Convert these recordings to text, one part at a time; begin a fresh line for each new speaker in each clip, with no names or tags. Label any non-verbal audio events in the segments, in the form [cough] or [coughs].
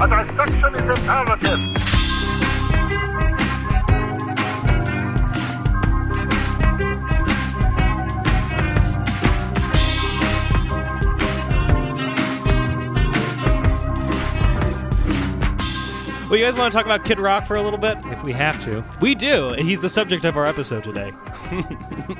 A dissection is imperative.
Well, you guys want to talk about Kid Rock for a little bit?
If we have to.
We do. He's the subject of our episode today.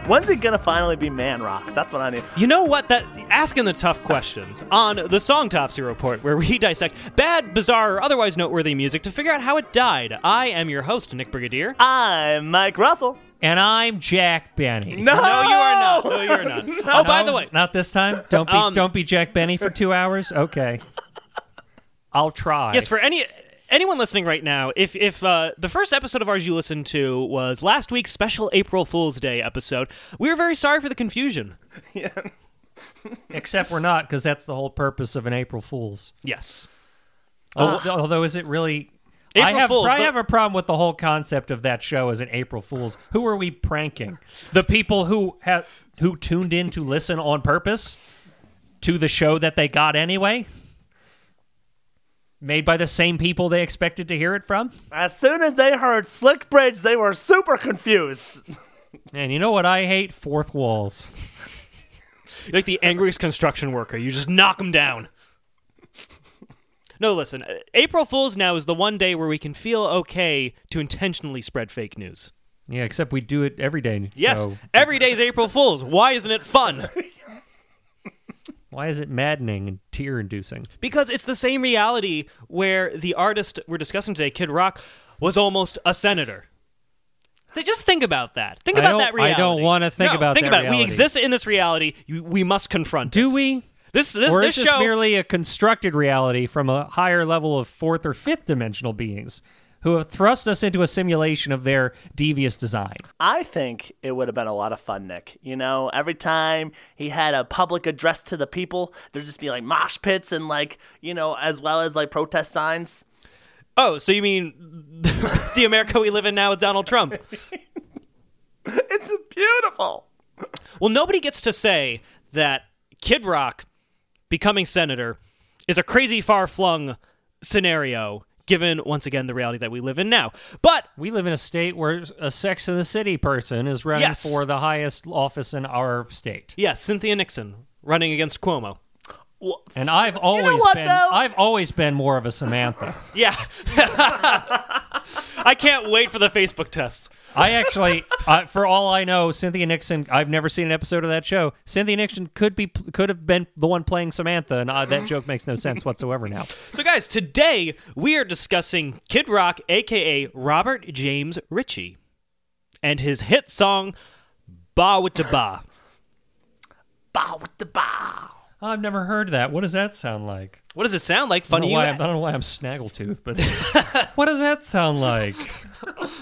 When's it gonna finally be Man Rock? That's what I need.
You know what? That asking the tough questions on the Song Topsy Report, where we [laughs] dissect bad, bizarre, or otherwise noteworthy music to figure out how it died. I am your host, Nick Brigadier.
I'm Mike Russell.
And I'm Jack Benny.
No,
No, you are not. No, you are not. Oh, by the way,
not this time. Don't be
Um,
don't be Jack Benny for two hours. Okay, I'll try.
Yes, for any anyone listening right now, if if uh, the first episode of ours you listened to was last week's special April Fool's Day episode, we are very sorry for the confusion.
except we're not because that's the whole purpose of an April Fool's.
Yes.
Al- Although, is it really? I
Uh-huh. April
have
Fool's,
I
the-
have a problem with the whole concept of that show as an April Fool's. Who are we pranking? The people who have who tuned in to listen on purpose to the show that they got anyway, made by the same people they expected to hear it from.
As soon as they heard Slick Bridge, they were super confused.
And you know what I hate? Fourth walls.
like the angriest construction worker. You just knock them down. No, listen. uh, April Fools now is the one day where we can feel okay to intentionally spread fake news.
Yeah, except we do it every day.
Yes,
so
every day's April Fools. Why isn't it fun?
why is it maddening and tear inducing?
Because it's the same reality where the artist we're discussing today, Kid Rock, was almost a senator. Th- Just think about that. Think
I
about
don't-
that reality.
I don't wanna think
No,
about
think
that
about it. We
reality.
exist in this reality. You, we must confront it.
Do we?
This this
or
this
is this
show
merely a constructed reality from a higher level of fourth or fifth dimensional beings who have thrust us into a simulation of their devious design?
I think it would have been a lot of fun, Nick. You know, every time he had a public address to the people, there'd just be like mosh pits and like, you know, as well as like protest signs.
Oh, so you mean [laughs] the America we live in now with Donald Trump?
It's beautiful.
Well, nobody gets to say that Kid Rock becoming senator is a crazy far flung scenario, given once again the reality that we live in now. But
We live in a state where a Sex in the City person is running
Yes.
for the highest office in our state,
yes, Cynthia Nixon running against Cuomo.
and I've always
what,
been
though?
I've always been more of a Samantha.
Yeah. [laughs] I can't wait for the Facebook tests.
I actually, uh, for all I know, Cynthia Nixon. I've never seen an episode of that show. Cynthia Nixon could be could have been the one playing Samantha, and uh, that joke makes no sense whatsoever now.
So, guys, today we are discussing Kid Rock, aka Robert James Ritchie, and his hit song "Ba Witta Ba."
Bow with the bow.
I've never heard that. What does that sound like?
What does it sound like?
I don't,
Funny
know
you.
why I'm, I don't know why I'm snaggletooth, but [laughs] what does that sound like?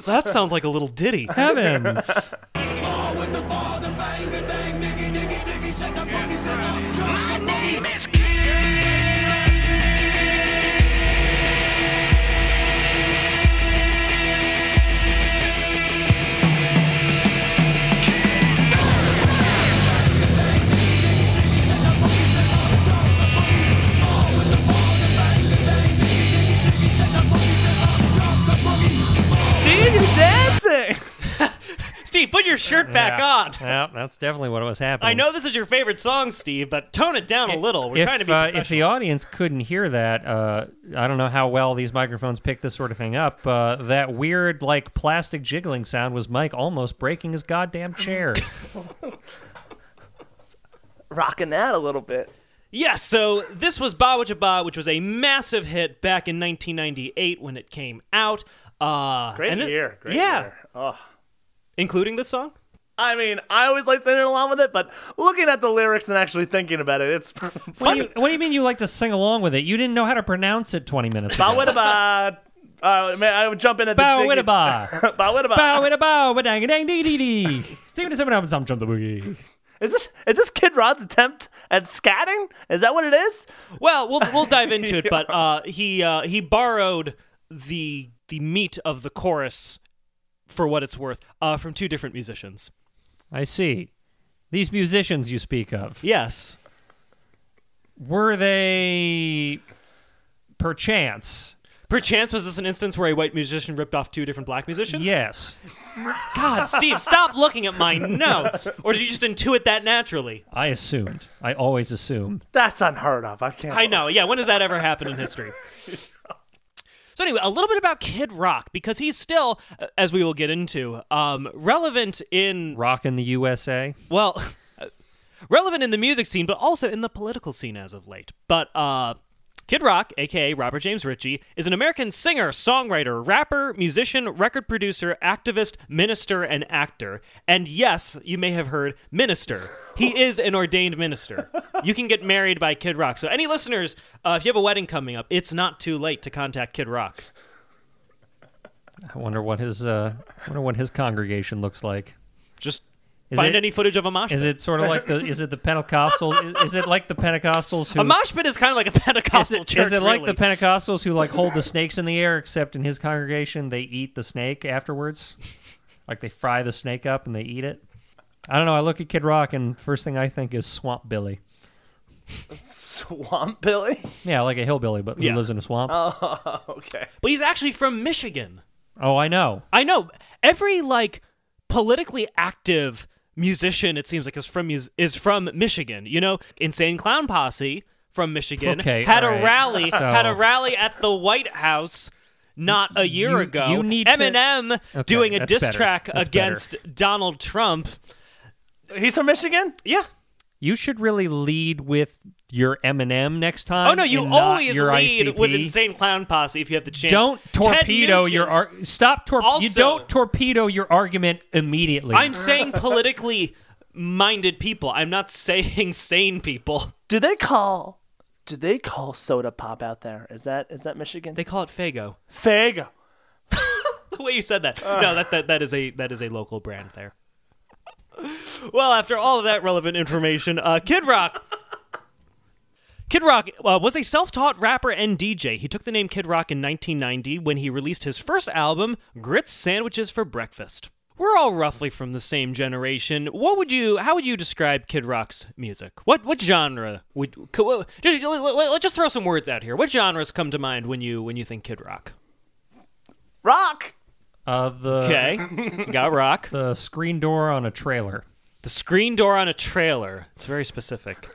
That sounds like a little
[laughs]
ditty.
Heavens! [laughs]
My name is Kid.
Steve, you're dancing.
Steve, put your shirt back
Yeah.
on.
Yeah, that's definitely what was happening.
I know this is your favorite song, Steve, but tone it down a little. We're
if,
trying to be
uh, if
professional.
the audience couldn't hear that, uh, I don't know how well these microphones pick this sort of thing up. Uh, that weird, like plastic jiggling sound was Mike almost breaking his
[laughs]
goddamn chair.
Rocking that a little bit.
Yes, so this was Ba Wicca Ba, which was a massive hit back in 1998 when it came out. Uh,
Great
and thi-
year. Great
yeah,
year. Oh.
including this song.
I mean, I always like singing along with it, but looking at the lyrics and actually thinking about it, it's
what, do you, what do you mean you like to sing along with it? You didn't know how to pronounce it 20 minutes ago.
Bow with a bow. Uh, man, I would jump in at the
Bow
dig-
with a bow.
Bow with a bow.
Bow with a bow. Ba dang a dang dee dee dee. See what someone happens. I'm jump the boogie.
Is this is this Kid Rod's attempt at scatting? Is that what it is?
Well, we'll we'll dive into
[laughs]
it, but uh, he uh, he borrowed the the meat of the chorus, for what it's worth, uh, from two different musicians.
I see. These musicians you speak of,
Yes,
were they perchance.
Perchance was this an instance where a white musician ripped off two different black musicians?
Yes.
God, Steve, stop looking at my notes. Or did you just intuit that naturally?
I assumed. I always assume.
That's unheard of. I can't.
I know. Yeah, when does that ever happen in history? So anyway, a little bit about Kid Rock because he's still, uh, as we will get into, um, relevant in
Rock in the USA.
well, [laughs] uh, relevant in the music scene, but also in the political scene as of late. But uh, Kid Rock, aka Robert James Ritchie, is an American singer, songwriter, rapper, musician, record producer, activist, minister, and actor. And yes, you may have heard minister.
[laughs]
He is an ordained minister. You can get married by Kid Rock. So, any listeners, uh, if you have a wedding coming up, it's not too late to contact Kid Rock.
I wonder what his uh, I wonder what his congregation looks like.
Just
Is
find
it-
any footage of a mosh
Is
pit.
it sort of like the? Is it the Pentecostal? Is it like the Pentecostals who?
a mosh pit is kind of like a
is
Pentecostal
it,
church.
is it like
really.
the Pentecostals who like hold the snakes in the air? Except in his congregation, they eat the snake afterwards. Like they fry the snake up and they eat it. I don't know. I look at Kid Rock and first thing I think is Swamp Billy.
Swamp Billy? [laughs] Oh,
Yeah, like a hillbilly, but who
Yeah. Uh,
lives in a swamp.
Okay.
but he's actually from Michigan.
oh, I know.
I know every like politically active musician it seems like is from mus- is from Michigan. You know, Insane Clown Posse from Michigan
Okay,
had a
all right.
rally
So-
had a rally at the White House not a year
You-
ago.
you need to-
Eminem
Okay,
doing a
that's
diss
better.
track
That's
against Donald Trump.
He's from Michigan?
Yeah.
You should really lead with your Eminem next time.
Oh no, you
and not
always
your
lead
ICP.
with Insane Clown Posse if you have the chance.
Don't
Ted
torpedo
Nugent-
your ar- stop tor- you
Also-
don't torpedo your argument immediately.
I'm saying politically minded people. I'm not saying [laughs] sane people.
Do they call do they call soda pop out there? Is that is that Michigan?
They call it Fago.
Fig.
the way you said that. No, that, that that is a that is a local brand there. well, after all of that relevant information, uh, Kid Rock. Kid Rock uh, was a self-taught rapper and DJ. He took the name Kid Rock in 1990 when he released his first album, Grits Sandwiches for Breakfast. We're all roughly from the same generation. What would you? How would you describe Kid Rock's music? What what genre would? co- uh, Just, let, let- let's just throw some words out here. What genres come to mind when you when you think Kid Rock?
Rock.
uh, the
Okay, got rock.
the screen door on a trailer.
The screen door on a trailer. It's very
[laughs]
specific.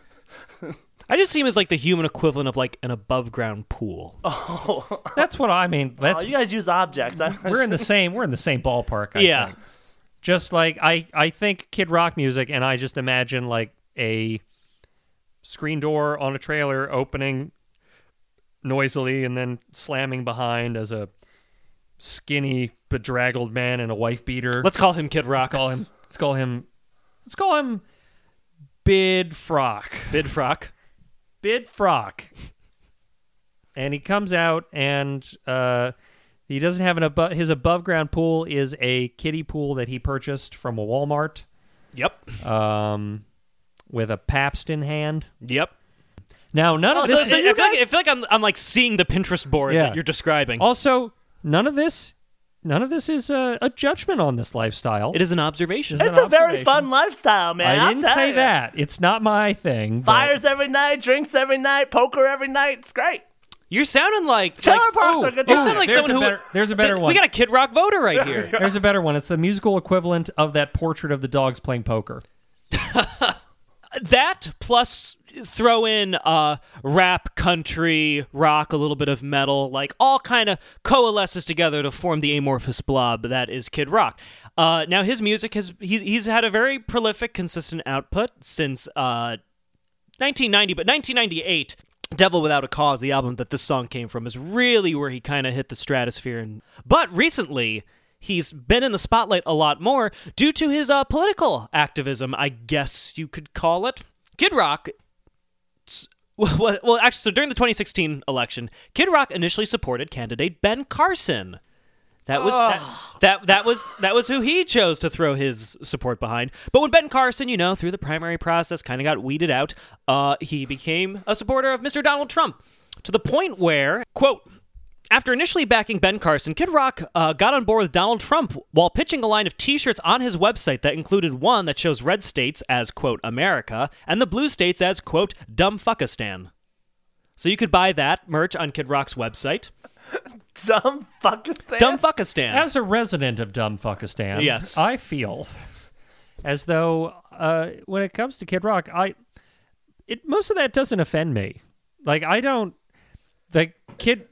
I just see him as like the human equivalent of like an above ground pool.
Oh, That's what I mean.
Oh,
That's
you guys use objects. I,
we're in the same we're in the same ballpark. I
yeah.
think. just like I I think Kid Rock music, and I just imagine like a screen door on a trailer opening noisily and then slamming behind as a skinny bedraggled man in a wife beater.
Let's call him Kid Rock.
Let's call him. Let's call him. Let's call him. Bid Frock.
Bid Frock.
Bid Frock. [laughs] And he comes out and uh, he doesn't have an above. His above ground pool is a kiddie pool that he purchased from a Walmart
Yep.
um, with a Pabst in hand.
Yep.
Now none of
Oh,
So,
this.
I, I feel like, I feel like I'm, I'm like seeing the Pinterest board
Yeah.
that you're describing.
also, none of this. None of this is a, a judgment on this lifestyle.
it is an observation.
It's
[laughs] it's a very fun lifestyle, man.
I
I'll
didn't
tell
say
ya.
that. It's not my thing. but-
Fires every night, drinks every night, poker every night. It's great.
You're sounding like,
Trailer
like
parks
oh,
are good
you
times.
sound like
There's
someone
a
who
better- there's a better
Th- We
one.
got a Kid Rock voter
[laughs]
right here.
There's a better one. It's the musical equivalent of that portrait of the dogs playing poker.
that plus throw in uh rap country rock a little bit of metal like all kind of coalesces together to form the amorphous blob that is kid rock uh now his music has he's, he's had a very prolific consistent output since uh 1990 but 1998 devil without a cause the album that this song came from is really where he kind of hit the stratosphere and but recently he's been in the spotlight a lot more due to his uh, political activism i guess you could call it kid rock well, well, well, actually, so during the 2016 election, Kid Rock initially supported candidate Ben Carson. That was that, that that was that was who he chose to throw his support behind. But when Ben Carson, you know, through the primary process, kind of got weeded out, uh, he became a supporter of Mr. Donald Trump to the point where, quote, after initially backing Ben Carson, Kid Rock uh, got on board with Donald Trump while pitching a line of T-shirts on his website that included one that shows red states as "quote America" and the blue states as "quote dumb fuckistan." So you could buy that merch on Kid Rock's website.
Dumb fuckistan.
Dumb fuckistan.
As a resident of Dumbfuckistan,
Yes.
I feel as though uh, when it comes to Kid Rock, I it most of that doesn't offend me. Like I don't the kid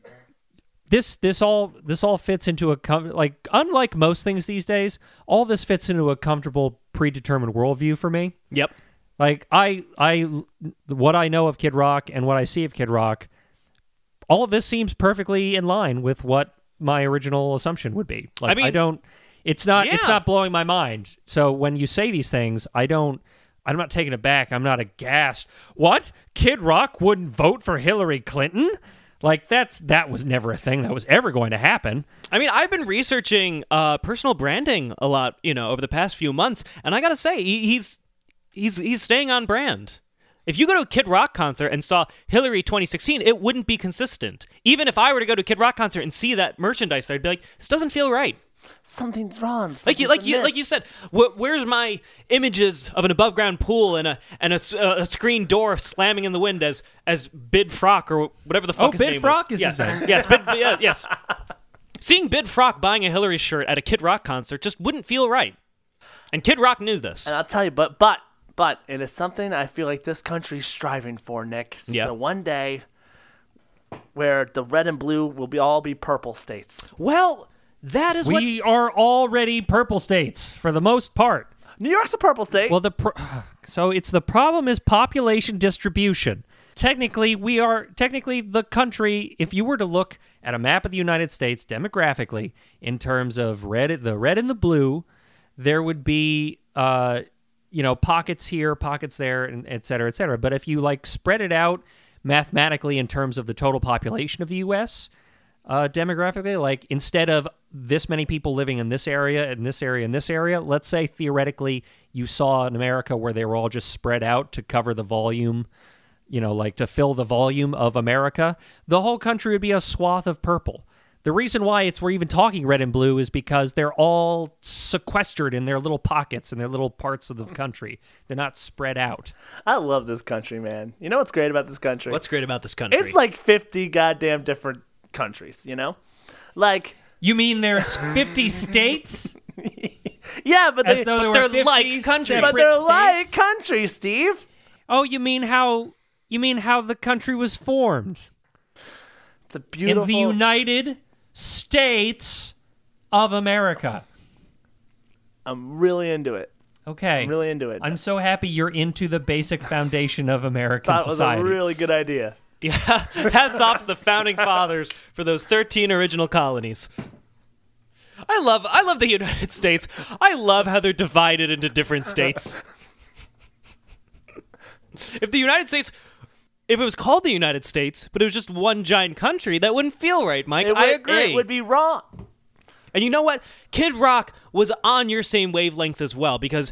this this all this all fits into a com- like unlike most things these days, all this fits into a comfortable predetermined worldview for me.
yep.
Like I I what I know of Kid Rock and what I see of Kid Rock, all of this seems perfectly in line with what my original assumption would be. Like I,
mean-
don't it's not it's
Yeah.
not blowing my mind. So when you say these things, I don't I'm not taken aback. I'm not aghast. What? Kid Rock wouldn't vote for Hillary Clinton? Like that's that was never a thing that was ever going to happen.
I mean, I've been researching uh, personal branding a lot, you know, over the past few months, and I gotta say, he, he's he's he's staying on brand. If you go to a Kid Rock concert and saw Hillary 2016, it wouldn't be consistent. Even if I were to go to a Kid Rock concert and see that merchandise there, I'd be like, this doesn't feel right.
Something's wrong.
Like you,
something's
like you,
amiss.
like you said, wh- where's my images of an above ground pool and a and a, s- uh, a screen door slamming in the wind as as Bid Frock or whatever the fuck
Oh,
his
Bid
name
Frock
was.
is his
yes.
name.
Yes,
[laughs]
Bid, yeah, yes. Seeing Bid Frock buying a Hillary shirt at a Kid Rock concert just wouldn't feel right, and Kid Rock knew this.
And I'll tell you, but but but it is something I feel like this country's striving for, Nick.
Yeah.
So one day, where the red and blue will be all be purple states.
Well, that is what.
We are already purple states for the most part.
New York's a purple state.
Well, the pro- [sighs] so it's the problem is population distribution. Technically, we are technically the country. If you were to look at a map of the United States demographically in terms of red, the red and the blue, there would be uh, you know pockets here, pockets there, and et cetera, et cetera. But if you like spread it out mathematically in terms of the total population of the U.S., uh, demographically? Like instead of this many people living in this area, in this area, in this area, let's say theoretically you saw in America where they were all just spread out to cover the volume, you know, like to fill the volume of America, the whole country would be a swath of purple. The reason why it's we're even talking red and blue is because they're all sequestered in their little pockets and their little parts of the country. They're not spread out.
I love this country, man. You know what's great about this country?
what's great about this country?
it's like fifty goddamn different countries. You know, like
You mean there's
[laughs]
50 states?
yeah, but
As
they
though
but
there
they're
were 50
like countries.
separate
they're, like
states?
country, Steve.
Oh, you mean how you mean how the country was formed
It's a beautiful.
in the United States of America.
I'm really into it.
Okay.
I'm really into it.
I'm so happy you're into the basic foundation of American
that was
society.
a really good idea.
yeah, [laughs] hats off to the founding fathers for those 13 original colonies. I love I love the United [laughs] States. I love how they're divided into different states. If the United States if it was called the United States, but it was just one giant country, that wouldn't feel right, Mike.
It would,
I agree.
It would be wrong.
And you know what? Kid Rock was on your same wavelength as well because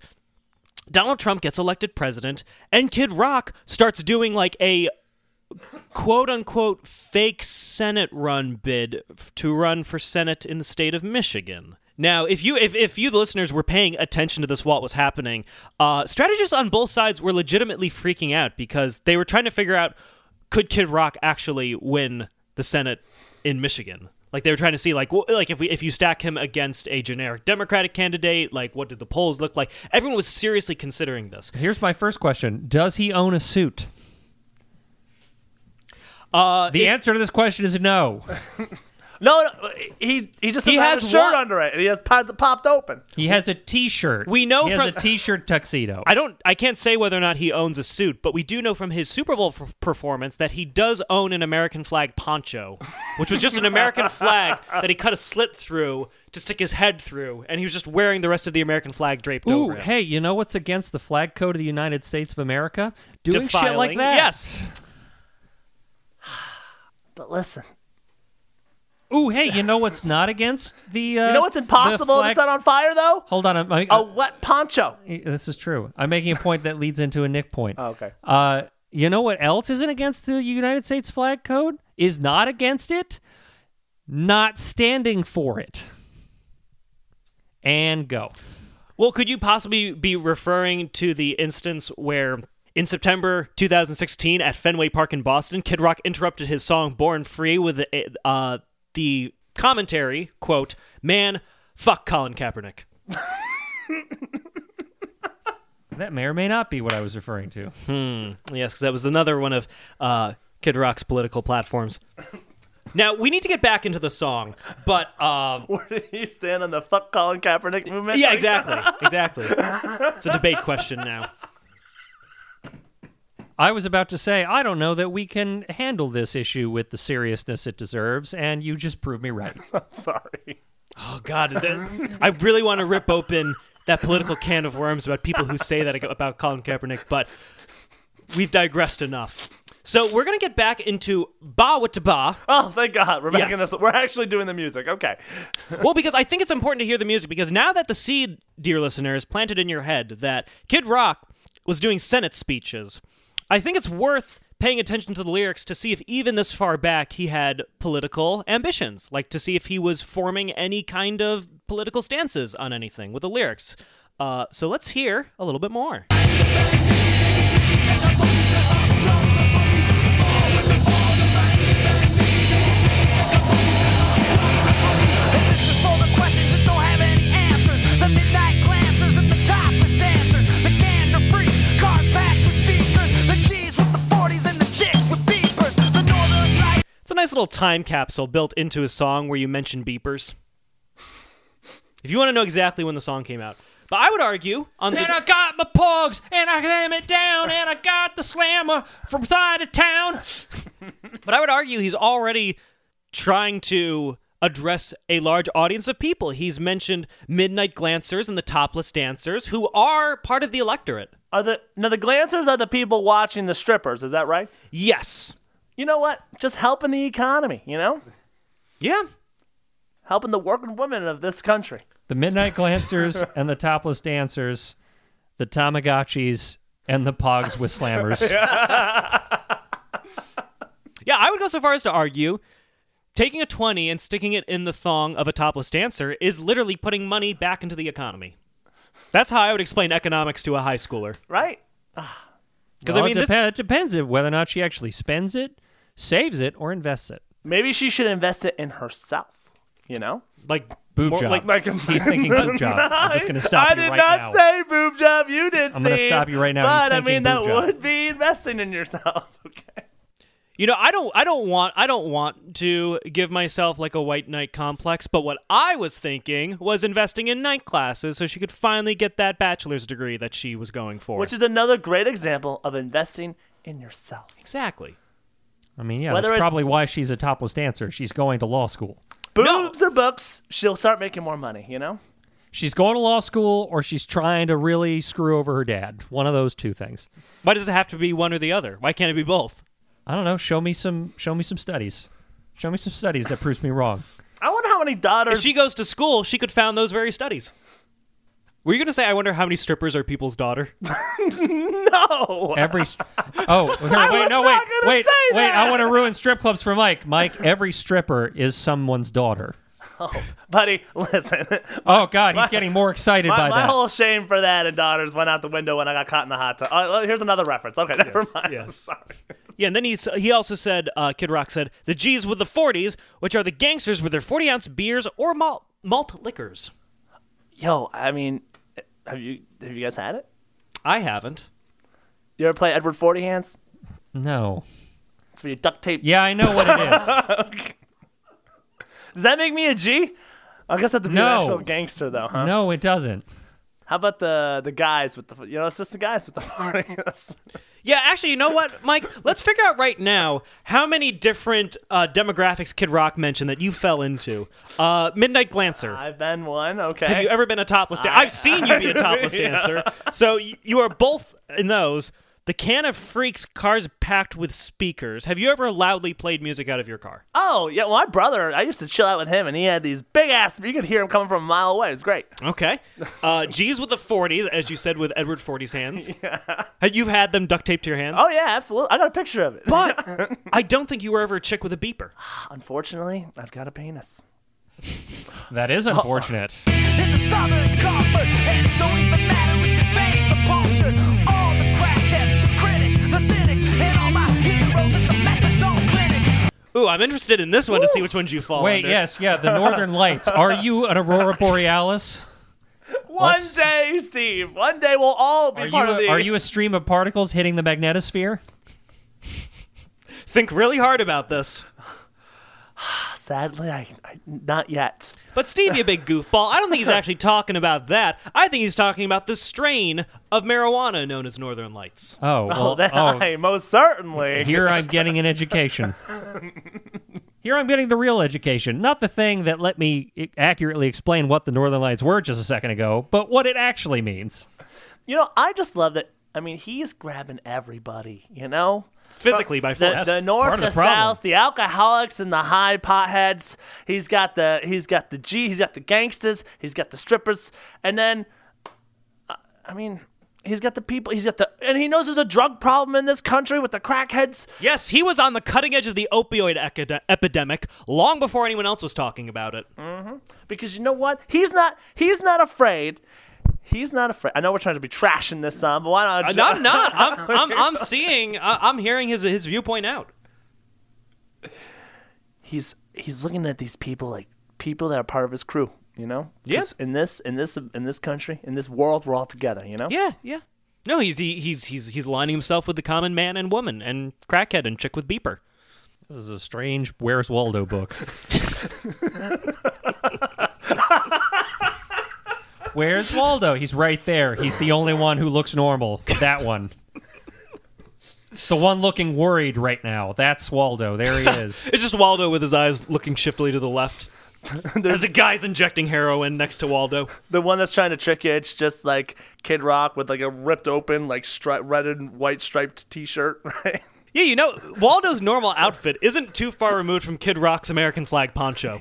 Donald Trump gets elected president and Kid Rock starts doing like a quote unquote fake Senate run bid f- to run for Senate in the state of Michigan. Now, if you if, if you the listeners were paying attention to this, what was happening? Uh, strategists on both sides were legitimately freaking out because they were trying to figure out could Kid Rock actually win the Senate in Michigan? Like they were trying to see like wh- like if we if you stack him against a generic Democratic candidate, like what did the polls look like? Everyone was seriously considering this.
Here's my first question. Does he own a suit?
Uh,
The answer to this question is no.
No, no he he just
He
doesn't have
has
his shirt
one-
under it, and he has has it popped open.
He has a t-shirt.
We know
he has
from-
a t-shirt tuxedo.
I don't I can't say whether or not he owns a suit, but we do know from his Super Bowl f- performance that he does own an American flag poncho, which was just an American
[laughs]
flag that he cut a slit through to stick his head through, and he was just wearing the rest of the American flag draped
Ooh,
over. him.
hey, you know what's against the flag code of the United States of America? Doing shit like
Defiling-
that.
Yes.
But listen,
Ooh, hey, you know what's not against the uh
you know what's impossible?
The
If
flag-
it's not on fire though.
Hold on, I'm, I'm,
A wet poncho.
This is true. I'm making a point that leads into a Nick point.
Oh, okay.
Uh, you know what else isn't against the United States flag code? Is not against it? Not standing for it. And go.
Well, could you possibly be referring to the instance where In September 2016, at Fenway Park in Boston, Kid Rock interrupted his song "Born Free" with the, uh, the commentary quote, "Man, fuck Colin Kaepernick."
That may or may not be what I was referring to.
Yes, because that was another one of uh, Kid Rock's political platforms. Now we need to get back into the song, but um,
[laughs] Where do you stand on the fuck Colin Kaepernick movement?
yeah,
Like,
exactly, exactly. It's a debate question now.
I was about to say, I don't know that we can handle this issue with the seriousness it deserves, and you just proved me right.
I'm [laughs] sorry.
Oh God, that- I really want to rip open that political can of worms about people who say that about Colin Kaepernick, but we've digressed enough. So we're gonna get back into ba what to ba.
Oh, thank God. We're back in
Yes.
this. We're actually doing the music. Okay.
Well, because I think it's important to hear the music because now that the seed, dear listener, is planted in your head that Kid Rock was doing Senate speeches, I think it's worth paying attention to the lyrics to see if even this far back he had political ambitions, like to see if he was forming any kind of political stances on anything with the lyrics. Uh, so let's hear a little bit more.
This is for the questions that don't have any answers. The midnight glancers and the topless dancers. The gander freaks, cars packed with speakers. The G's with the 40s and the chicks with beepers. The northern lights.
It's a nice little time capsule built into his song where you mention beepers. If you want to know exactly when the song came out. But I would argue on the
And I got my pogs, and I slam it down, and I got the slammer from side of town.
But I would argue he's already trying to address a large audience of people. He's mentioned Midnight Glancers and the Topless Dancers, who are part of the electorate.
Are the now the glancers are the people watching the strippers? Is that right?
Yes.
You know what? Just helping the economy. You know,
Yeah.
helping the working women of this country.
The
[laughs]
Midnight Glancers and the Topless Dancers, the Tamagotchis, and the Pogs with
[laughs]
Slammers.
Yeah, I would go so far as to argue taking a 20 and sticking it in the thong of a topless dancer is literally putting money back into the economy. That's how I would explain economics to a high schooler.
Right.
Because
Well,
I mean,
it,
this,
depen- it depends on whether or not she actually spends it, saves it, or invests it.
Maybe she should invest it in herself. You know.
like,
Boob
more-
job.
like
Like
He's thinking
[laughs]
boob job. I'm just going to stop
I
you
did
right
not
now.
say boob job. You did.
I'm gonna
Steve.
stop you right now. He's
But I
thinking
mean, that
boob job.
would be investing in yourself. [laughs] Okay.
You know, I don't I don't want I don't want to give myself like a white knight complex, but what I was thinking was investing in night classes so she could finally get that bachelor's degree that she was going for.
Which is another great example of investing in yourself.
exactly.
I mean, yeah,
Whether
that's
it's-
probably why she's a topless dancer. She's going to law school.
Boobs or books, she'll start making more money. You know.
She's going to law school, or she's trying to really screw over her dad. One of those two things.
Why does it have to be one or the other? Why can't it be both?
I don't know. Show me some. Show me some studies. Show me some studies that proves me wrong.
I wonder how many daughters.
If
[laughs]
she goes to school, she could found those very studies. Were you going to say I wonder how many strippers are people's daughter?
no.
Every. St- [laughs] oh here, wait,
was
no,
not
wait,
gonna
wait,
say
wait.
that.
I want to ruin strip clubs for Mike. Mike, every stripper is someone's daughter.
Buddy, listen.
Oh God, he's getting more excited
My,
by
my
that.
whole shame for that and daughters went out the window when I got caught in the hot tub. Oh, well, here's another reference. Okay, [laughs] never mind.
yes.
[laughs] Sorry.
Yeah, and then he's, he also said, uh, Kid Rock said, the G's with the 40s, which are the gangsters with their 40 ounce beers or malt, malt liquors.
Yo, I mean, have you have you guys had it?
I haven't.
You ever play Edward Forty Hands?
no.
It's where you duct tape.
Yeah, I know what it
[laughs]
is.
Does that make me a G? I guess I have to be
No.
an actual gangster though, huh?
No, it doesn't.
How about the the guys with the you know it's just the guys with the [laughs] forty hands.
Yeah, actually, you know what, Mike? Let's figure out right now how many different uh, demographics Kid Rock mentioned that you fell into. Uh, Midnight Glancer.
I've been one. Okay.
Have you ever been a topless dancer? I've seen you be a topless dancer. So y- you are both in those. The can of freaks, cars packed with speakers. Have you ever loudly played music out of your car?
oh yeah, well, my brother. I used to chill out with him, and he had these big ass. You could hear him coming from a mile away. It was great.
Okay. Uh, G's with the 40s, as you said with Edward 40's hands. Have you had them duct taped to your hands?
Oh yeah, absolutely. I got a picture of it.
But I don't think you were ever a chick with a beeper.
Unfortunately, I've got a penis.
That is
[laughs]
unfortunate.
in the southern comfort. And it don't even matter if your veins are punctured. All the crackheads, the crazy.
Ooh, I'm interested in this one to see which ones you fall
Wait,
under.
yes, yeah, the Northern Lights. Are you an aurora borealis?
One
Let's-
day, Steve. One day we'll all be
Are you
part of
a,
the.
are you a stream of particles hitting the magnetosphere?
Think really hard about this.
Sadly, I, I not yet.
But Steve, you big goofball, I don't think he's actually talking about that. I think he's talking about the strain of marijuana known as Northern Lights.
Oh, well,
oh, then
oh,
[laughs] I most certainly.
here I'm getting an education. Here I'm getting the real education, not the thing that let me i- accurately explain what the Northern Lights were just a second ago, but what it actually means.
You know, I just love that. I mean, he's grabbing everybody. You know,
Physically, by
the,
force.
the north,
part of
the,
the problem.
south, the alcoholics and the high potheads. He's got the he's got the G. He's got the gangsters. He's got the strippers, and then, uh, I mean, he's got the people. He's got the and he knows there's a drug problem in this country with the crackheads.
Yes, he was on the cutting edge of the opioid ecide- epidemic long before anyone else was talking about it.
because you know what? He's not. He's not afraid. He's not afraid. I know we're trying to be trashing this song, but why not?
Uh, no, I'm not. I'm, I'm, I'm seeing, I- I'm hearing his, his viewpoint out.
He's he's looking at these people like people that are part of his crew. You know. 'Cause In this in this in this country in this world, we're all together. You know.
Yeah, yeah. No, he's he, he's he's he's aligning himself with the common man and woman and crackhead and chick with beeper.
This is a strange Where's Waldo book. Where's Waldo? He's right there. He's the only one who looks normal. That one. It's the one looking worried right now. That's Waldo. There he [laughs] is.
It's just Waldo with his eyes looking shiftily to the
[laughs]
left. There's a guy's injecting heroin next to Waldo.
The one that's trying to trick you, it's just like Kid Rock with like a ripped open, like stri- red and white striped T-shirt. [laughs] Right.
Yeah, you know, Waldo's normal outfit isn't too far removed from Kid Rock's American flag
[laughs]
poncho.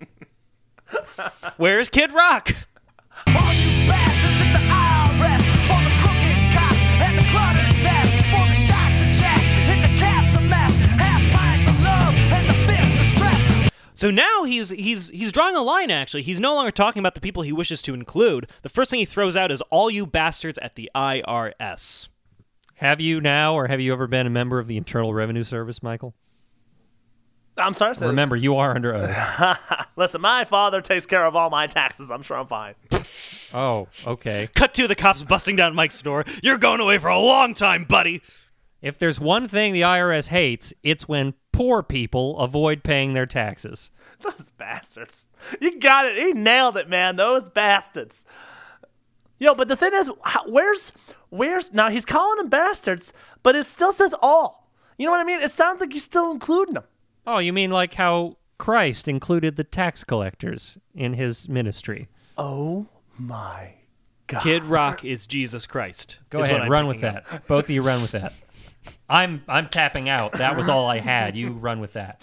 [laughs] Where's Kid Rock?
All you bastards at the IRS for the crooked cops and the cluttered desks, for the shots of Jack and the caps of meth, half pints of love and the fists of stress.
So now he's he's he's drawing a line actually. He's no longer talking about the people he wishes to include. The first thing he throws out is all you bastards at the IRS.
Have you now, or have you ever been a member of the Internal Revenue Service, Michael?
I'm sorry. sis.
Remember, you are under oath.
listen, my father takes care of all my taxes. I'm sure I'm fine. [laughs]
Oh, okay.
Cut to the cops busting down Mike's door. You're going away for a long time, buddy.
If there's one thing the IRS hates, it's when poor people avoid paying their taxes.
Those bastards. You got it. He nailed it, man. Those bastards. Yo, but the thing is, how- where's, where's, now he's calling them bastards, but it still says all. You know what I mean? It sounds like he's still including them.
Oh, you mean like how Christ included the tax collectors in his ministry?
Oh my.
Kid Rock is Jesus Christ.
Go
is what
ahead,
I'm
run with
picking up.
that. Both of you run with that. I'm I'm tapping out. That was all I had. You run with that.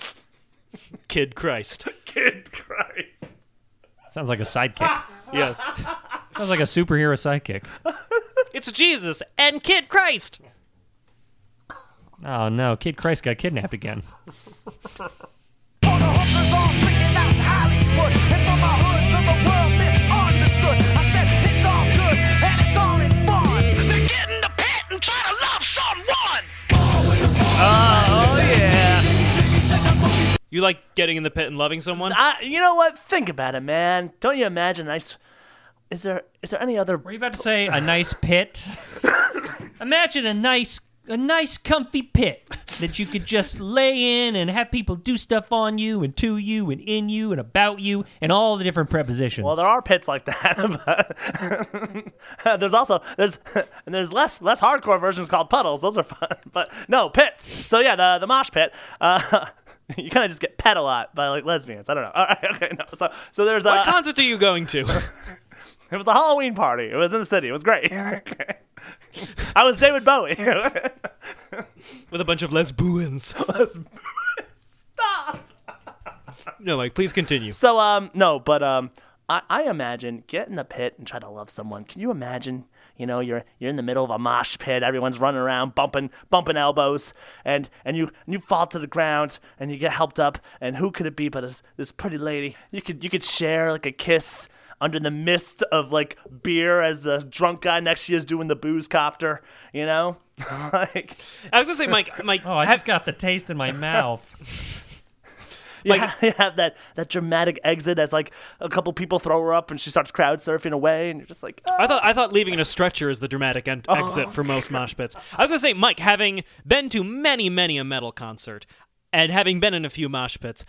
Kid [laughs] Christ.
Kid Christ.
Sounds like a sidekick.
Yes.
Sounds like a superhero sidekick.
it's Jesus and Kid Christ.
Oh no, Kid Christ got kidnapped again.
For the hookers all drinking out in Hollywood, and for my hoods of the world misunderstood. I said it's all good and it's all in fun.
They're getting the pet and try to love someone.
Oh, yeah.
You like getting in the pit and loving someone?
I, you know what? Think about it, man. Don't you imagine? I, s- is there, is there any other.
Were you about to say a nice pit? Imagine a nice a nice comfy pit that you could just lay in and have people do stuff on you and to you and in you and about you and all the different prepositions.
Well, there are pits like that. [laughs] but [laughs] there's also there's and there's less less hardcore versions called puddles. Those are fun, [laughs] but no pits. So yeah, the the mosh pit. Uh, [laughs] you kind of just get pet a lot by like lesbians. I don't know. [laughs] All right, okay, no. So so there's
what
a
concert uh, are you going to?
[laughs] it was a Halloween party. It was in the city. It was great. Okay. [laughs] I was David Bowie.
[laughs]
[laughs]
with a bunch of [laughs] lesbians.
Stop.
No, Mike, please continue.
So um no, but um I, I imagine get in the pit and try to love someone. Can you imagine? You know, you're you're in the middle of a mosh pit, everyone's running around bumping bumping elbows and and you and you fall to the ground and you get helped up and who could it be but this, this pretty lady. You could you could share like a kiss under the mist of like beer as the drunk guy next to you is doing the booze copter, you know? [laughs] like
I was gonna say, Mike, Mike,
Oh, I
have-
just got the taste in my mouth.
you,
Like-
ha- you have that that dramatic exit as like a couple people throw her up and she starts crowd surfing away and you're just like "Ah."
I thought I thought leaving in a stretcher is the dramatic en- exit for most mosh pits. I was gonna say, Mike, having been to many, many a metal concert, and having been in a few mosh pits,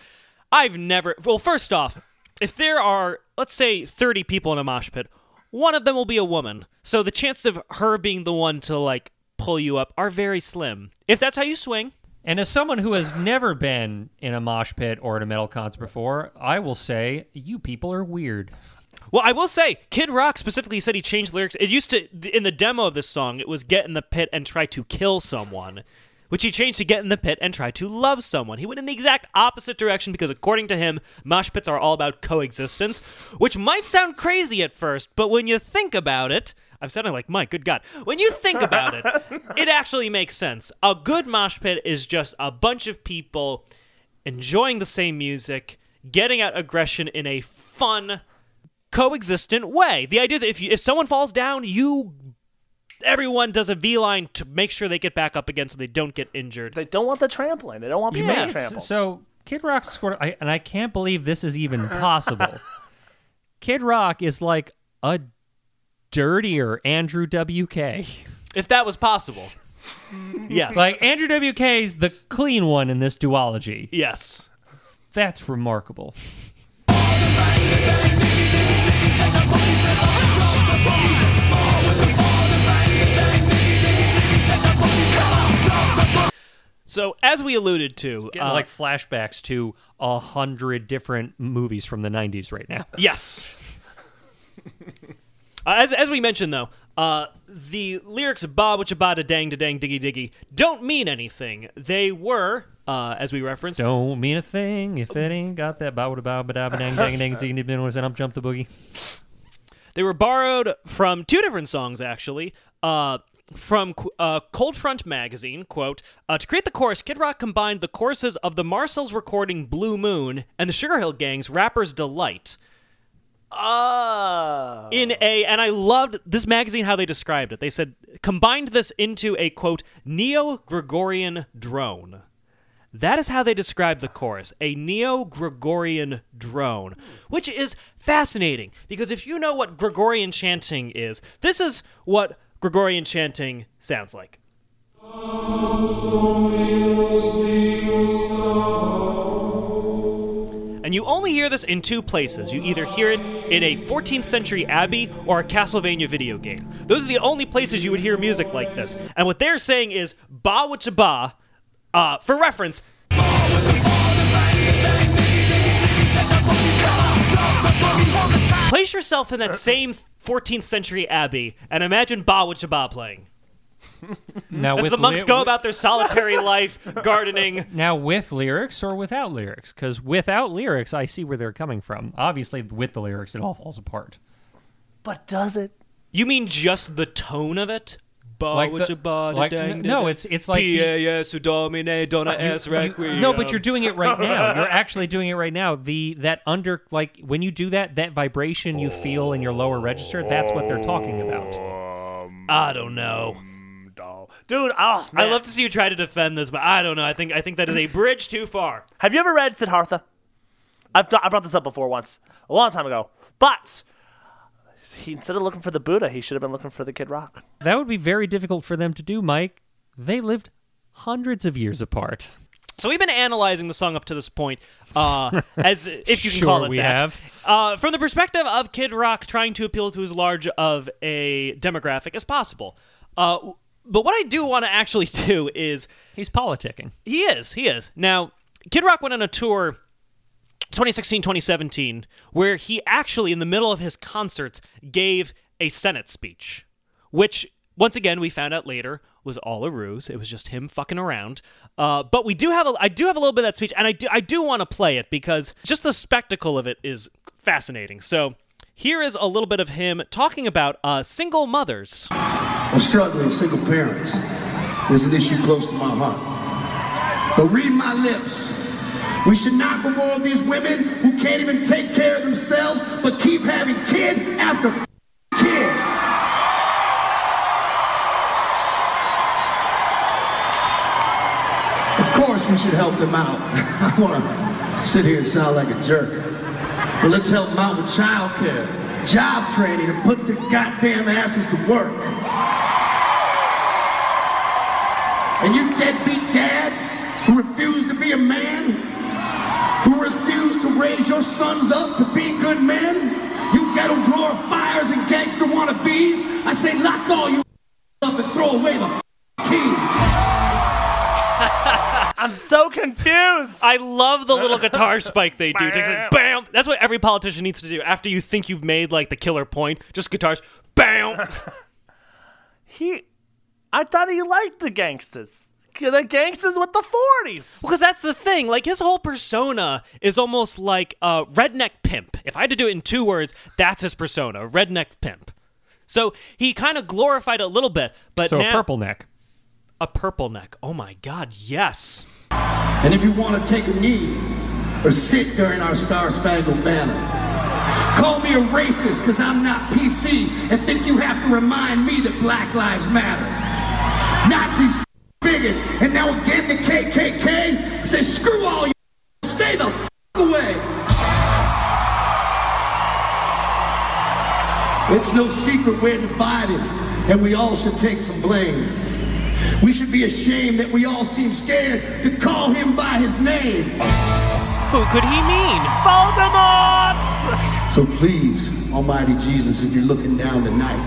I've never. Well, first off, if there are let's say thirty people in a mosh pit, one of them will be a woman, so the chances of her being the one to like pull you up are very slim. If that's how you swing,
and as someone who has never been in a mosh pit or at a metal concert before, I will say you people are weird.
Well, I will say, Kid Rock specifically said he changed lyrics. It used to in the demo of this song, it was "get in the pit and try to kill someone," which he changed to "get in the pit and try to love someone." He went in the exact opposite direction because, according to him, mosh pits are all about coexistence, which might sound crazy at first, but when you think about it. I'm sounding like Mike, good God. When you think about it, it actually makes sense. A good mosh pit is just a bunch of people enjoying the same music, getting out aggression in a fun, coexistent way. The idea is if you, if someone falls down, you everyone does a V line to make sure they get back up again so they don't get injured.
they don't want the trampling. They don't want people
Yeah,
to
it's-
trample.
So Kid Rock scored, I, and I can't believe this is even [laughs] possible. Kid Rock is like a dirtier Andrew [laughs] WK.
if that was possible. yes.
Like Andrew WK is the clean one in this duology.
yes.
That's remarkable.
So as we alluded to,
Getting
uh,
like flashbacks to a hundred different movies from the '90s right now.
Yes. Uh, as, as we mentioned, though, uh, the lyrics of Bob Witcha Bada Dang Da Dang Diggy Diggy don't mean anything. They were, uh, as we referenced,
[laughs] Don't mean a thing if it ain't got that bow da bow ba da ba dang [laughs] dang dang ding ding ding and up jump the boogie.
They were borrowed from two different songs, actually. Uh, from qu- uh, Cold Front magazine, quote, uh, to create the chorus, Kid Rock combined the choruses of the Marcel's recording Blue Moon and the Sugar Hill Gang's Rapper's Delight
oh.
in a, and I loved this magazine how they described it. They said, combined this into a, quote, neo Gregorian drone. That is how they describe the chorus, a neo Gregorian drone, which is fascinating because if you know what Gregorian chanting is, this is what Gregorian chanting sounds like. And you only hear this in two places. You either hear it in a 14th century abbey or a Castlevania video game. Those are the only places you would hear music like this. And what they're saying is ba witcha ba. Uh, for reference, place yourself in that same 14th century abbey and imagine ba witcha ba playing.
Now
As
with
the monks
ly-
go about their
[laughs]
solitary life, gardening,
now with lyrics or without lyrics? Because without lyrics, I see where they're coming from. Obviously, with the lyrics, it all falls apart.
But does it?
You mean just the tone of it? Ba
Like
witcha
the-
ba da
like-
dang da
no,
da.
it's- it's like the-
P.A.S. u domine dona es um. requiem.
No, but you're doing it right now.
[laughs]
You're actually doing it right now. The that under like when you do that, that vibration you feel in your lower register, that's what they're talking about.
I don't know.
Dude, oh,
I
man.
love to see you try to defend this, but I don't know. I think I think that is a bridge too far.
Have you ever read Siddhartha? I've th- I brought this up before once, a long time ago. But he, instead of looking for the Buddha, he should have been looking for the Kid Rock.
That would be very difficult for them to do, Mike. They lived hundreds of years apart.
So we've been analyzing the song up to this point, uh, as if you can
Sure
call it
we
that,
have.
Uh, from the perspective of Kid Rock trying to appeal to as large of a demographic as possible. Uh, w- but what I do want to actually [laughs] do is
He's politicking.
He is. He is. Now, Kid Rock went on a tour 2016 2017 where he actually, in the middle of his concerts, gave a Senate speech, which, once again, we found out later was all a ruse. It was just him fucking around. Uh, but we do have a, I do have a little bit of that speech, and I do, I do want to play it because just the spectacle of it is fascinating. So here is a little bit of him talking about uh, single mothers.
of struggling single parents is an issue close to my heart. But read my lips, We should not reward these women who can't even take care of themselves but keep having kid after kid. Of course, we should help them out. [laughs] I want to sit here and sound like a jerk. But let's help them out with childcare, job training, and put their goddamn asses to work. And you deadbeat dads who refuse to be a man, who refuse to raise your sons up to be good men, you ghetto glorifiers and gangster wannabes, I say lock all you up and throw away the keys.
I'm so confused.
I love the
[laughs]
little guitar spike they do. It takes like, bam. That's what every politician needs to do after you think you've made like the killer point. Just guitars,
[laughs]
bam.
He, I thought he liked the gangsters. The gangsters with the 40s.
Because that's the thing. Like his whole persona is almost like a uh, redneck pimp. If I had to do it in two words, that's his persona, redneck pimp. So he kind of glorified it a little bit, but
So
now
a purple neck.
a purple neck. Oh my god, yes.
And if you want to take a knee or sit during our Star Spangled Banner, call me a racist because I'm not PC and think you have to remind me that Black Lives Matter. Nazis, bigots, and now again the KKK say screw all you, stay the f- away. It's no secret we're divided and we all should take some blame. We should be ashamed that we all seem scared to call him by his name.
Who could he mean?
Voldemort!
So please, Almighty Jesus, if you're looking down tonight,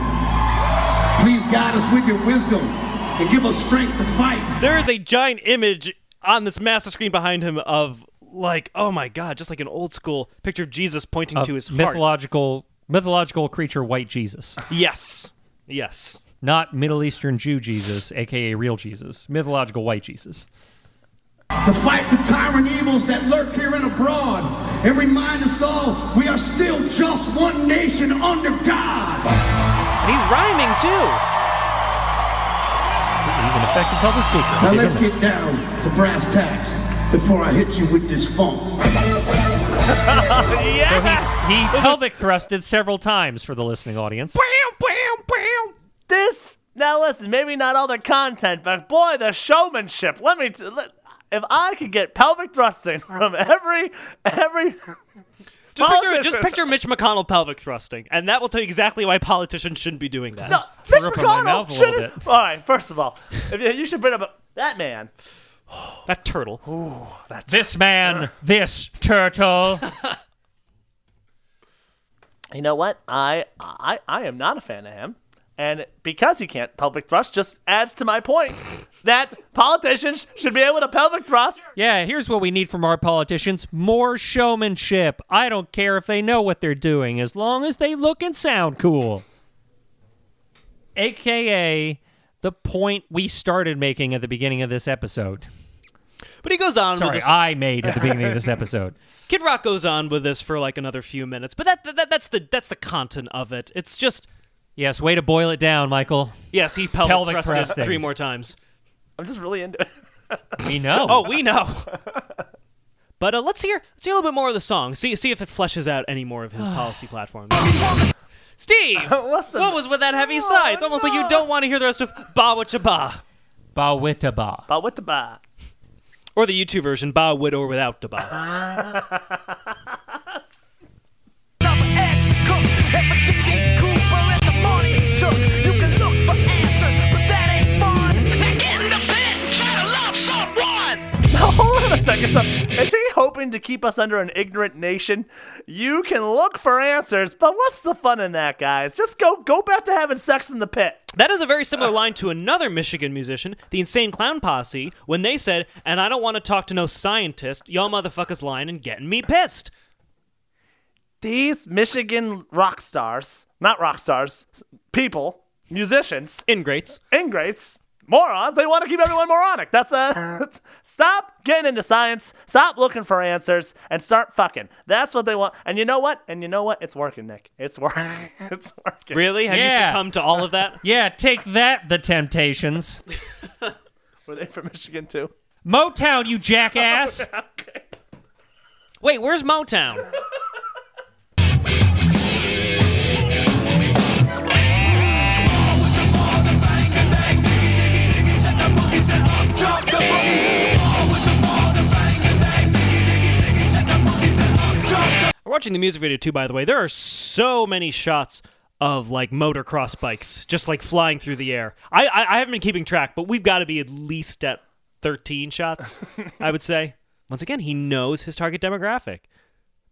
please guide us with your wisdom and give us strength to fight.
There is a giant image on this massive screen behind him of like, oh my god, just like an old school picture of Jesus pointing
A
to his heart.
mythological mythological creature white Jesus.
Yes. Yes.
Not Middle Eastern Jew Jesus, aka real Jesus. Mythological white Jesus.
To fight the tyrant evils that lurk here and abroad and remind us all we are still just one nation under God.
And he's rhyming too.
He's an effective public speaker.
Now
He
let's
doesn't-
get down to brass tacks before I hit you with this funk.
So he, he pelvic thrusted several times for the listening audience.
This, now listen, maybe not all the content, but boy, the showmanship. Let me, t- let, if I could get pelvic thrusting [laughs] from every, every,
Just picture,
Politician.
just picture Mitch McConnell pelvic thrusting, and that will tell you exactly why politicians shouldn't be doing that.
no,
threw
Mitch
up in my
McConnell
mouth a little
shouldn't-
bit.
All right, first of all, if you, you should bring up a, that man.
That turtle.
This man, this turtle.
You know what? I, I, I am not a fan of him. And because he can't pelvic thrust, just adds to my point that politicians should be able to pelvic thrust.
[laughs] Yeah, here's what we need from our politicians more showmanship. I don't care if they know what they're doing, as long as they look and sound cool. AKA the point we started making at the beginning of this episode.
But he goes on with
Sorry,
this.
I made at the beginning of this
[laughs]
episode.
Kid Rock goes on with this for like another few minutes, but that, that that's the that's the content of it. It's just
Yes, way to boil it down, Michael.
yes, he pelvic,
Pelvic
thrusted
thrusting.
three more times.
I'm just really into it.
We know.
Oh, we know. [laughs] but uh, let's hear let's hear a little bit more of the song. See see if it fleshes out any more of his [sighs] policy platforms. Steve, [laughs]
What's the-
what was with that heavy sigh? It's almost like you don't want to hear the rest of Ba Witcha Ba.
Ba witta ba.
But what the bah?
Or the YouTube version, Ba Wit or Without Da Ba.
Another edge cook. Everything he Cooper and the money he took. You can look for answers, but that ain't fun.
Get in the pit and try to love someone.
Now, [laughs] hold on a second. So, is he hoping to keep us under an ignorant nation? You can look for answers, but what's the fun in that, guys? Just go go back to having sex in the pit.
That is a very [laughs] similar line to another Michigan musician, the Insane Clown Posse, when they said, And I don't want to talk to no scientist, y'all motherfuckers lying and getting me pissed.
These Michigan rock stars, not rock stars, people, musicians,
Ingrates.
ingrates, morons, they want to keep everyone moronic. That's a [laughs] stop getting into science, stop looking for answers, and start fucking. That's what they want. And you know what? And you know what? It's working, Nick. It's working. [laughs] It's working.
Really? Have you
Yeah.
succumbed to all of that?
Yeah, take that, the Temptations.
Were they from Michigan too?
[laughs] Oh,
Motown, you jackass.
[laughs] Wait, where's Motown? We're watching the music video too, by the way. There are so many shots of like motocross bikes just like flying through the air. I I, I haven't been keeping track, but we've got to be at least at thirteen shots, I would say. Once again, he knows his target demographic.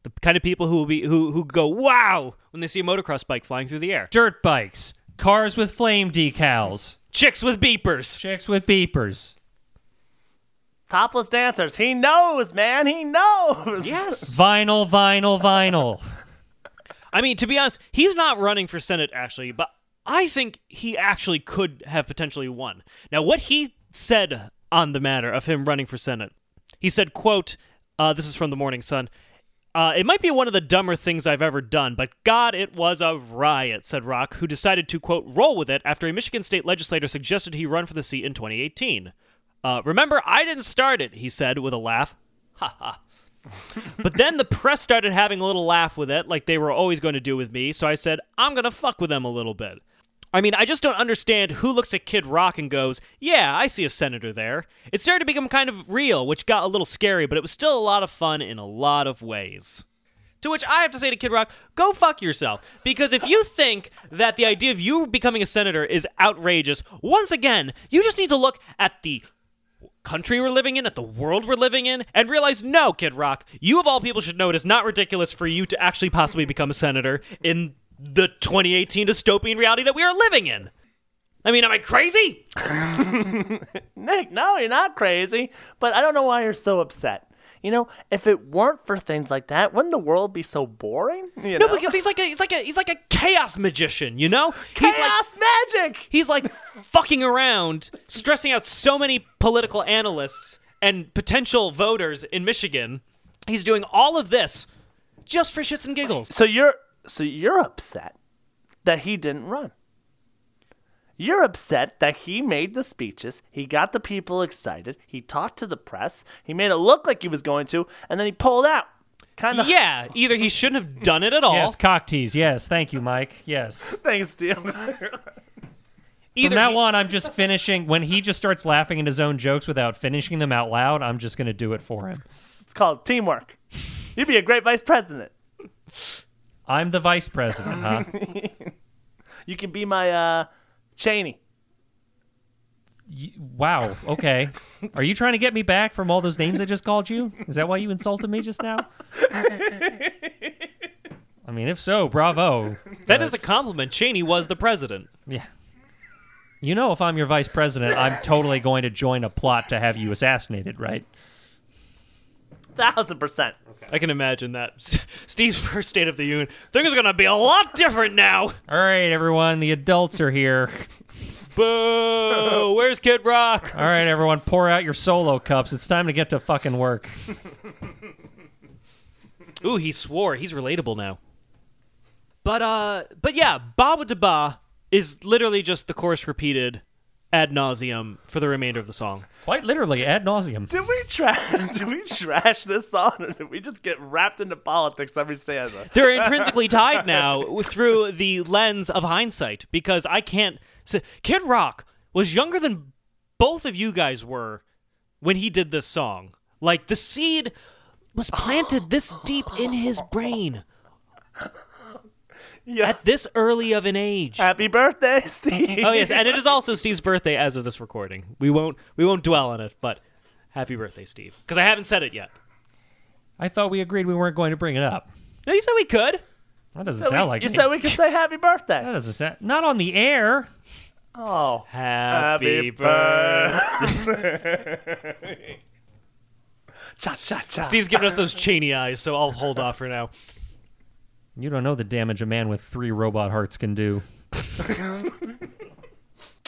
The kind of people who will be who who go wow when they see a motocross bike flying through the air.
Dirt bikes, cars with flame decals,
Chicks with beepers.
chicks with beepers.
Topless dancers. He knows, man. He knows.
Yes.
Vinyl, vinyl,
[laughs]
vinyl.
I mean, to be honest, he's not running for Senate, actually, but I think he actually could have potentially won. Now, what he said on the matter of him running for Senate, he said, quote, uh, this is from the Morning Sun, uh, it might be one of the dumber things I've ever done, but God, it was a riot, said Rock, who decided to, quote, roll with it after a Michigan state legislator suggested he run for the seat in 2018. Uh, remember, I didn't start it, he said with a laugh. But then the press started having a little laugh with it, like they were always going to do with me. So I said, I'm going to fuck with them a little bit. I mean, I just don't understand who looks at Kid Rock and goes, Yeah, I see a senator there. It started to become kind of real, which got a little scary, but it was still a lot of fun in a lot of ways. To which I have to say to Kid Rock, go fuck yourself. Because if you think that the idea of you becoming a senator is outrageous, once again, you just need to look at the country we're living in, at the world we're living in, and realize no, Kid Rock, you of all people should know it is not ridiculous for you to actually possibly become a senator in the 2018 dystopian reality that we are living in. I mean, am I crazy?
[laughs] Nick, no, you're not crazy. But I don't know why you're so upset. You know, if it weren't for things like that, wouldn't the world be so boring? You
No,
know?
because he's like a he's like a he's like a chaos magician, you know? He's like
chaos magic.
he's like fucking around, stressing out so many political analysts and potential voters in Michigan. He's doing all of this just for shits and giggles.
So you're so you're upset that he didn't run. You're upset that he made the speeches, he got the people excited, he talked to the press, he made it look like he was going to, and then he pulled out. Kind of
Yeah, either he shouldn't have done it at all.
Yes, cock tease. Yes, thank you, Mike. Yes.
[laughs] things, Steve.
either
From now
he-
on, I'm just finishing. When he just starts laughing at his own jokes without finishing them out loud, I'm just going to do it for him.
it's called teamwork. You'd be a great vice president.
I'm the vice president, huh?
You can be my uh Cheney.
Y- wow. Okay. Are you trying to get me back from all those names I just called you? Is that why you insulted me just now? I mean, if so, bravo.
That is a compliment. Cheney was the president.
Yeah. You know, if I'm your vice president, I'm totally going to join a plot to have you assassinated, right?
Thousand percent.
I can imagine that. [laughs] Steve's first State of the Union. Things are going to be a lot different now.
All right, everyone, the adults are here.
[laughs] Boo! Where's Kid Rock?
All right, everyone, pour out your solo cups. It's time to get to fucking work.
Ooh, he swore. He's relatable now. But uh, but yeah, Baba Da Ba is literally just the chorus repeated ad nauseum for the remainder of the song.
Quite literally, ad nauseum.
Did we trash [laughs] did we trash this song or did we just get wrapped into politics every stanza?
They're intrinsically tied now through the lens of hindsight because I can't. So Kid Rock was younger than both of you guys were when he did this song. Like the seed was planted this deep in his brain
Yeah.
at this early of an age.
Happy birthday, [laughs] Steve.
Oh yes, and it is also Steve's birthday as of this recording. We won't we won't dwell on it, but happy birthday, Steve. Because I haven't said it yet.
I thought we agreed we weren't going to bring it up.
No, you said we could.
That doesn't sound like
you
me.
said we could say happy
that [laughs]
birthday.
doesn't sound not on the air.
Oh,
Happy,
Happy
birthday.
cha cha cha.
Steve's giving us those Cheney eyes, so I'll hold off for now.
You don't know the damage a man with three robot hearts can do.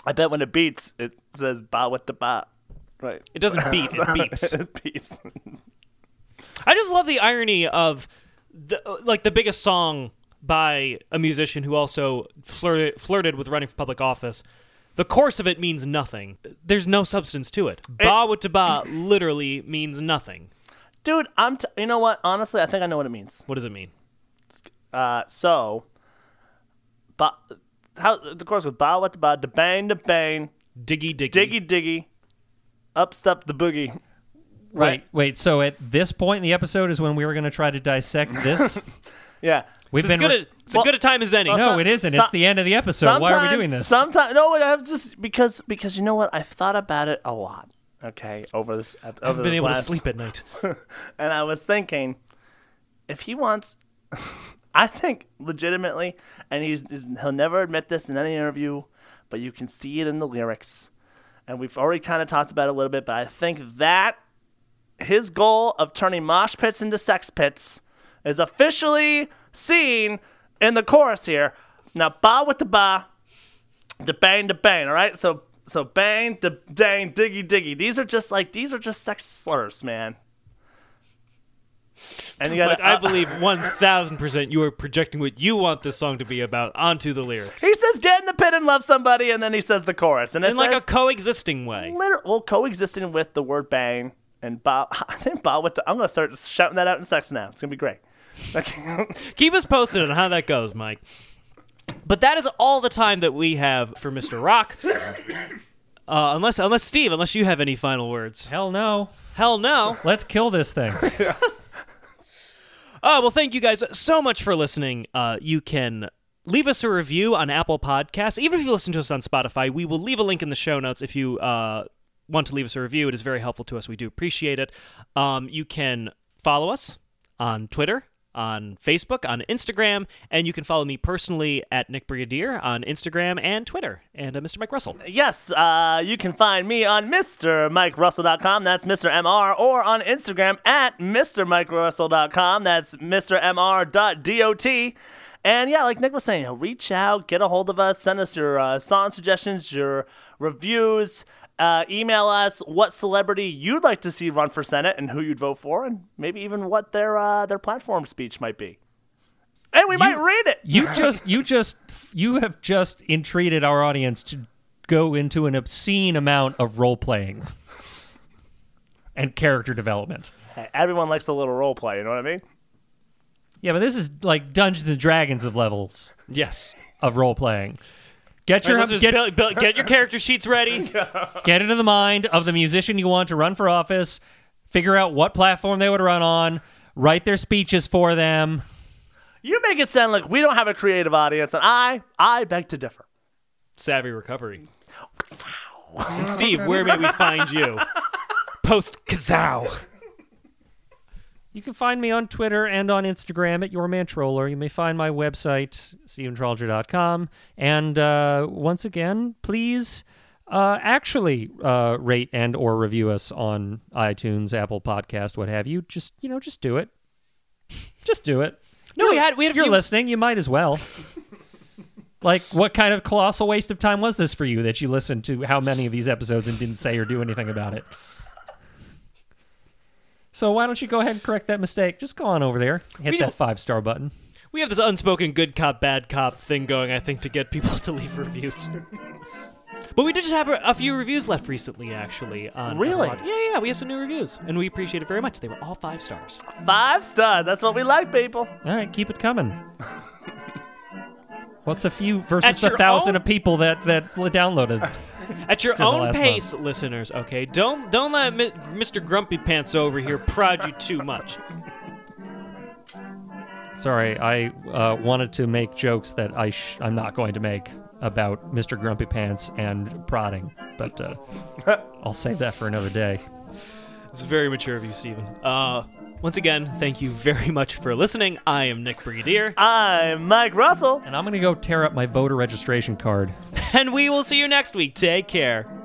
I bet when it beats, it says ba with the ba. Right.
It doesn't beat, it beeps.
[laughs] it beeps.
I just love the irony of the like the biggest song by a musician who also flirted flirted with running for public office. The course of it means nothing. There's no substance to it. Ba wa ta ba literally means nothing.
dude, I'm. T- you know what? Honestly, I think I know what it means.
What does it mean?
Uh, so, but how the chorus with bow what the bow, da bang, da bang,
Diggy, diggy,
diggy, diggy, up step the boogie.
Wait, wait. So at this point in the episode is when we were going to try to dissect this.
Yeah.
We've
It's, as
been
good
re-
a, it's as good a time as any.
no,
some-
it isn't.
some-
it's the end of the episode. Why are we doing this?
Sometimes, no, I have just because because you know what? I've thought about it a lot. Okay, over this. ep- Over
I've been
this
able to
last-
sleep at night.
[laughs] Uh, and I was thinking, if he wants, I think legitimately, and he's he'll never admit this in any interview, but you can see it in the lyrics, and we've already kind of talked about it a little bit, but I think that his goal of turning mosh pits into sex pits is officially seen in the chorus here. Now, ba with the ba, da bang da bang. All right, so. So bang, da dang, diggy diggy. These are just like these are just sex slurs, man. And you gotta,
But I believe 1000% you are projecting what you want this song to be about onto the lyrics.
He says, "Get in the pit and love somebody," and then he says the chorus, and it's
In like a
says,
coexisting way.
liter- well, coexisting with the word "bang" and "bow." [laughs] I think "bow" with the. I'm gonna start shouting that out in sex now. It's gonna be great. [laughs] Okay.
Keep us posted on how that goes, Mike. But that is all the time that we have for Mr. Rock. [coughs] Uh, unless, unless Steve, unless you have any final words.
Hell no.
Hell no.
Let's kill this thing.
Oh, well, thank you guys so much for listening. Uh, you can leave us a review on Apple Podcasts. Even if you listen to us on Spotify, we will leave a link in the show notes if you uh, want to leave us a review. It is very helpful to us. We do appreciate it. Um, you can follow us on Twitter. On Facebook, on Instagram, and you can follow me personally at Nick Brigadier on Instagram and Twitter, and uh, Mr. Mike Russell.
yes, uh, you can find me on MrMikeRussell.com. That's Mr. Mr. Or on Instagram at MrMikeRussell.com. That's Mr. MrMr.dot. And yeah, like Nick was saying, you know, reach out, get a hold of us, send us your uh, song suggestions, your reviews. Uh, email us what celebrity you'd like to see run for Senate and who you'd vote for, and maybe even what their uh, their platform speech might be. And we might read it.
You just, you just, you have just entreated our audience to go into an obscene amount of role playing and character development.
Everyone likes a little role play. You know what I mean?
Yeah, but this is like Dungeons and Dragons of levels
Yes.
of role playing. Get your
Listeners,
get,
build- build- [laughs] get your character sheets ready.
get into the mind of the musician you want to run for office. Figure out what platform they would run on. Write their speeches for them.
You make it sound like we don't have a creative audience, and I, I beg to differ.
[laughs] Savvy recovery. And Steve, where may we find you? Post Kazow.
You can find me on Twitter and on Instagram at YourManTroller. You may find my website, steventrolger.com. And uh, once again, please uh, actually uh, rate and or review us on iTunes, Apple Podcast, what have you. Just, you know, just do it. Just do it.
No, we had we had a
If you're
few-
listening, you might as well. like, what kind of colossal waste of time was this for you that you listened to how many of these episodes and didn't say or do anything about it? So why don't you go ahead and correct that mistake? Just go on over there, hit
don't-
that five star button.
we have this unspoken good cop bad cop thing going. I think to get people [laughs] to leave reviews. But we did just have a, a few reviews left recently, actually. On
Really?
on- yeah, yeah. We have some new reviews, and we appreciate it very much. They were all five stars.
Five stars. That's what we like, people.
All right, keep
[laughs]
it coming. What's a few
At
versus a
your
thousand
own-
of people that that downloaded?
At your
the
own
last
pace, listeners. Okay, don't don't let Mi- Mr. Grumpy Pants over here prod you too much.
Sorry, I uh, wanted to make jokes that I sh- I'm not going to make about Mr. Grumpy Pants and prodding, but
[laughs]
uh, I'll save that for another day.
It's very mature of you, Steven. Uh, once again, thank you very much for listening. I am Nick Brigadier,
I'm Mike Russell.
And I'm going to go tear up my voter registration card.
and we will see you next week. Take care.